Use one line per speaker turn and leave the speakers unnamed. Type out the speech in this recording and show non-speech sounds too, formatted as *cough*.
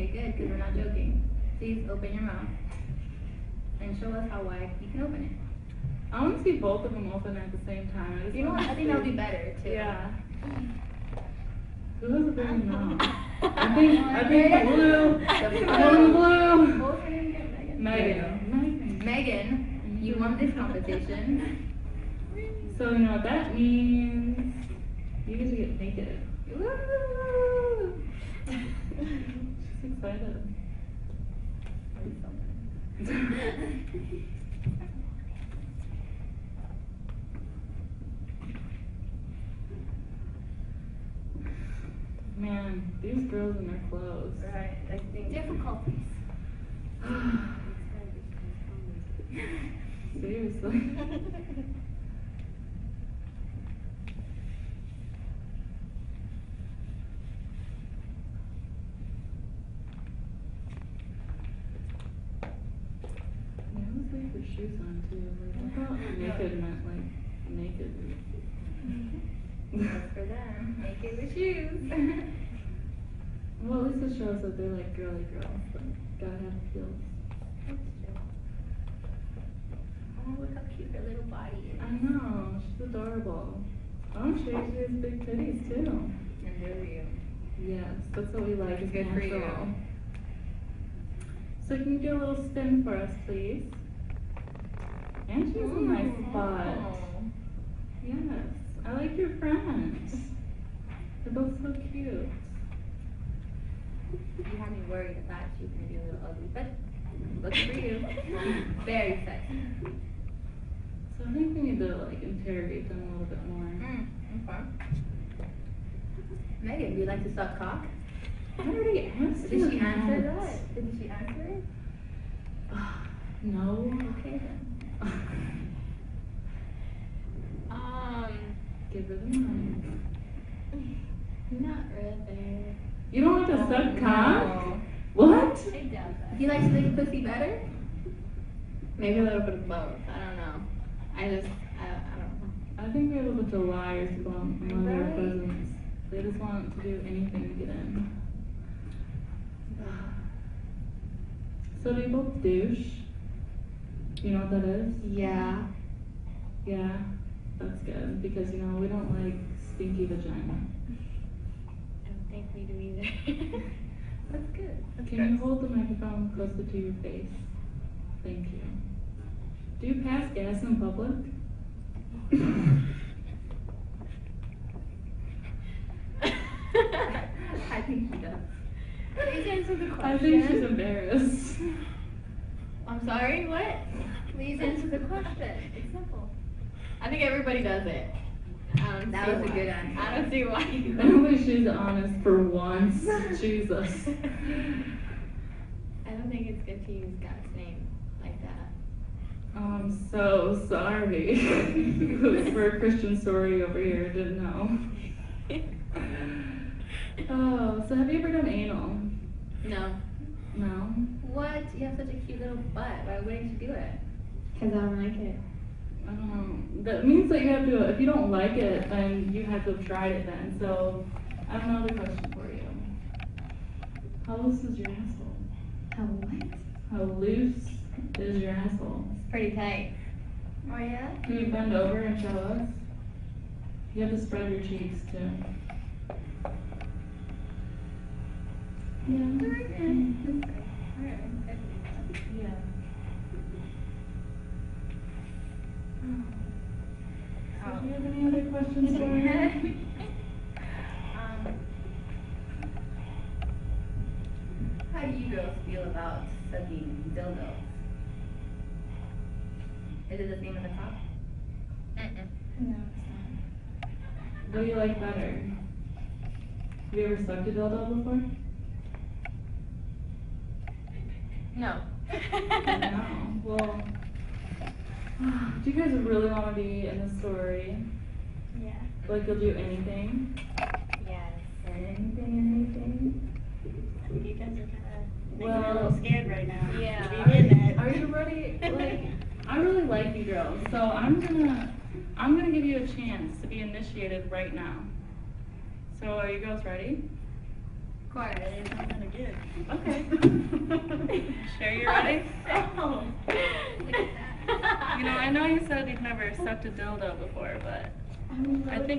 not joking. Please open your mouth and show us how wide you can open it.
I want to see both of them open at the same time. I just
You know what?
wanna
I think that would be
see.
better too. *laughs*
Yeah. Who has a bigger mouth?
I
think- I think
*laughs*
blue- I'm blue.
What's her name again? Megan.
Megan. Megan.
Megan, you won this competition.
So you know what that means? You get to get naked.
Woo!
She's excited. *laughs* Man, these girls in their clothes.
Right, I think.
*laughs* Difficulties. *laughs*
Seriously. *laughs* Yeah, I was like with shoes on too. Like, I thought naked meant like naked.
Good for them. Make it with shoes. *laughs*
well, at least it shows that they're like girly girls. Like, gotta have heels.
That's true. Oh, look how cute her little body is.
I know, she's adorable. I want to show you she has big titties too.
And there we go.
Yes, that's what we like. is
Good for you.
natural. So can you do a little spin for us, please? And she has a nice spot. Yes, I like your friends. They're both so cute.
You had me worried. I thought she was gonna be a little ugly, but looks for *laughs* you. Very sexy.
So I think we need to like interrogate them a little bit more.
Mm, okay. Megan, do you like to suck cock?
I already asked
Did she
you
answer
that.
that? Did she answer it?
No.
Okay then. *laughs*
Um,
Give her the mic.
not really.
You don't like to suck cock?
No.
What?
I doubt
Do
that.
you like to lick pussy better?
Maybe a little bit of both. I don't know. I just, I, I don't know.
I think they're a little bunch of liars about among their
Right.
cousins. They just want to do anything to get in. So do you both douche? You know what that is?
Yeah.
Yeah, that's good because you know we don't like stinky vagina.
I don't think we do either.
That's good. *laughs*
Can you hold the microphone closer to your face? Thank you. Do you pass gas in public?
I think she does.
Please answer the question.
I think she's embarrassed.
*laughs*
*laughs*
I'm sorry, what?
Please answer the question. It's simple.
I think everybody does it. I don't
That
see
was a
why.
good answer.
I don't see why
I
you. *laughs*
don't think she's honest for once. Jesus.
I don't think it's good to use God's name like *laughs* that.
I'm so sorry. *laughs* Who's for a Christian story over here? Didn't know. Oh, so have you ever done anal?
No.
No.
What? You have such a cute little butt. Why wouldn't you do it?
Because I don't like it.
I don't know. That means that you have to. If you don't like it, then you have to have tried it. Then. So I have another question for you. How loose is your asshole?
Oh, what?
How loose is your asshole?
It's pretty tight.
Oh yeah?
Can you bend over and show us? You have to spread your cheeks too. Yeah. Yeah. Do you have any other questions for
*laughs*
her?
Um, How do you girls feel about sucking dildos? Is it the same as the cock?
No, it's
What do you like better? Have you ever sucked a dildo before?
*laughs*
not.
no. *laughs* Well, do you guys really want to be in the story?
yeah.
Like you'll do anything?
Yes.
Anything,
You guys are kind of making me a
Well- uh,
little scared right now.
Yeah.
To be in it.
Are you *laughs* ready?
*laughs*
Like, I really like you girls, so I'm gonna, I'm gonna give you a chance to be initiated right now. So are you girls ready?
anything. Of course.
I'm gonna did. *laughs*
Okay. *laughs*
Sure you're ready?
Oh.
Look at that.
*laughs*
You know, I know you said you've never sucked a dildo before, but I think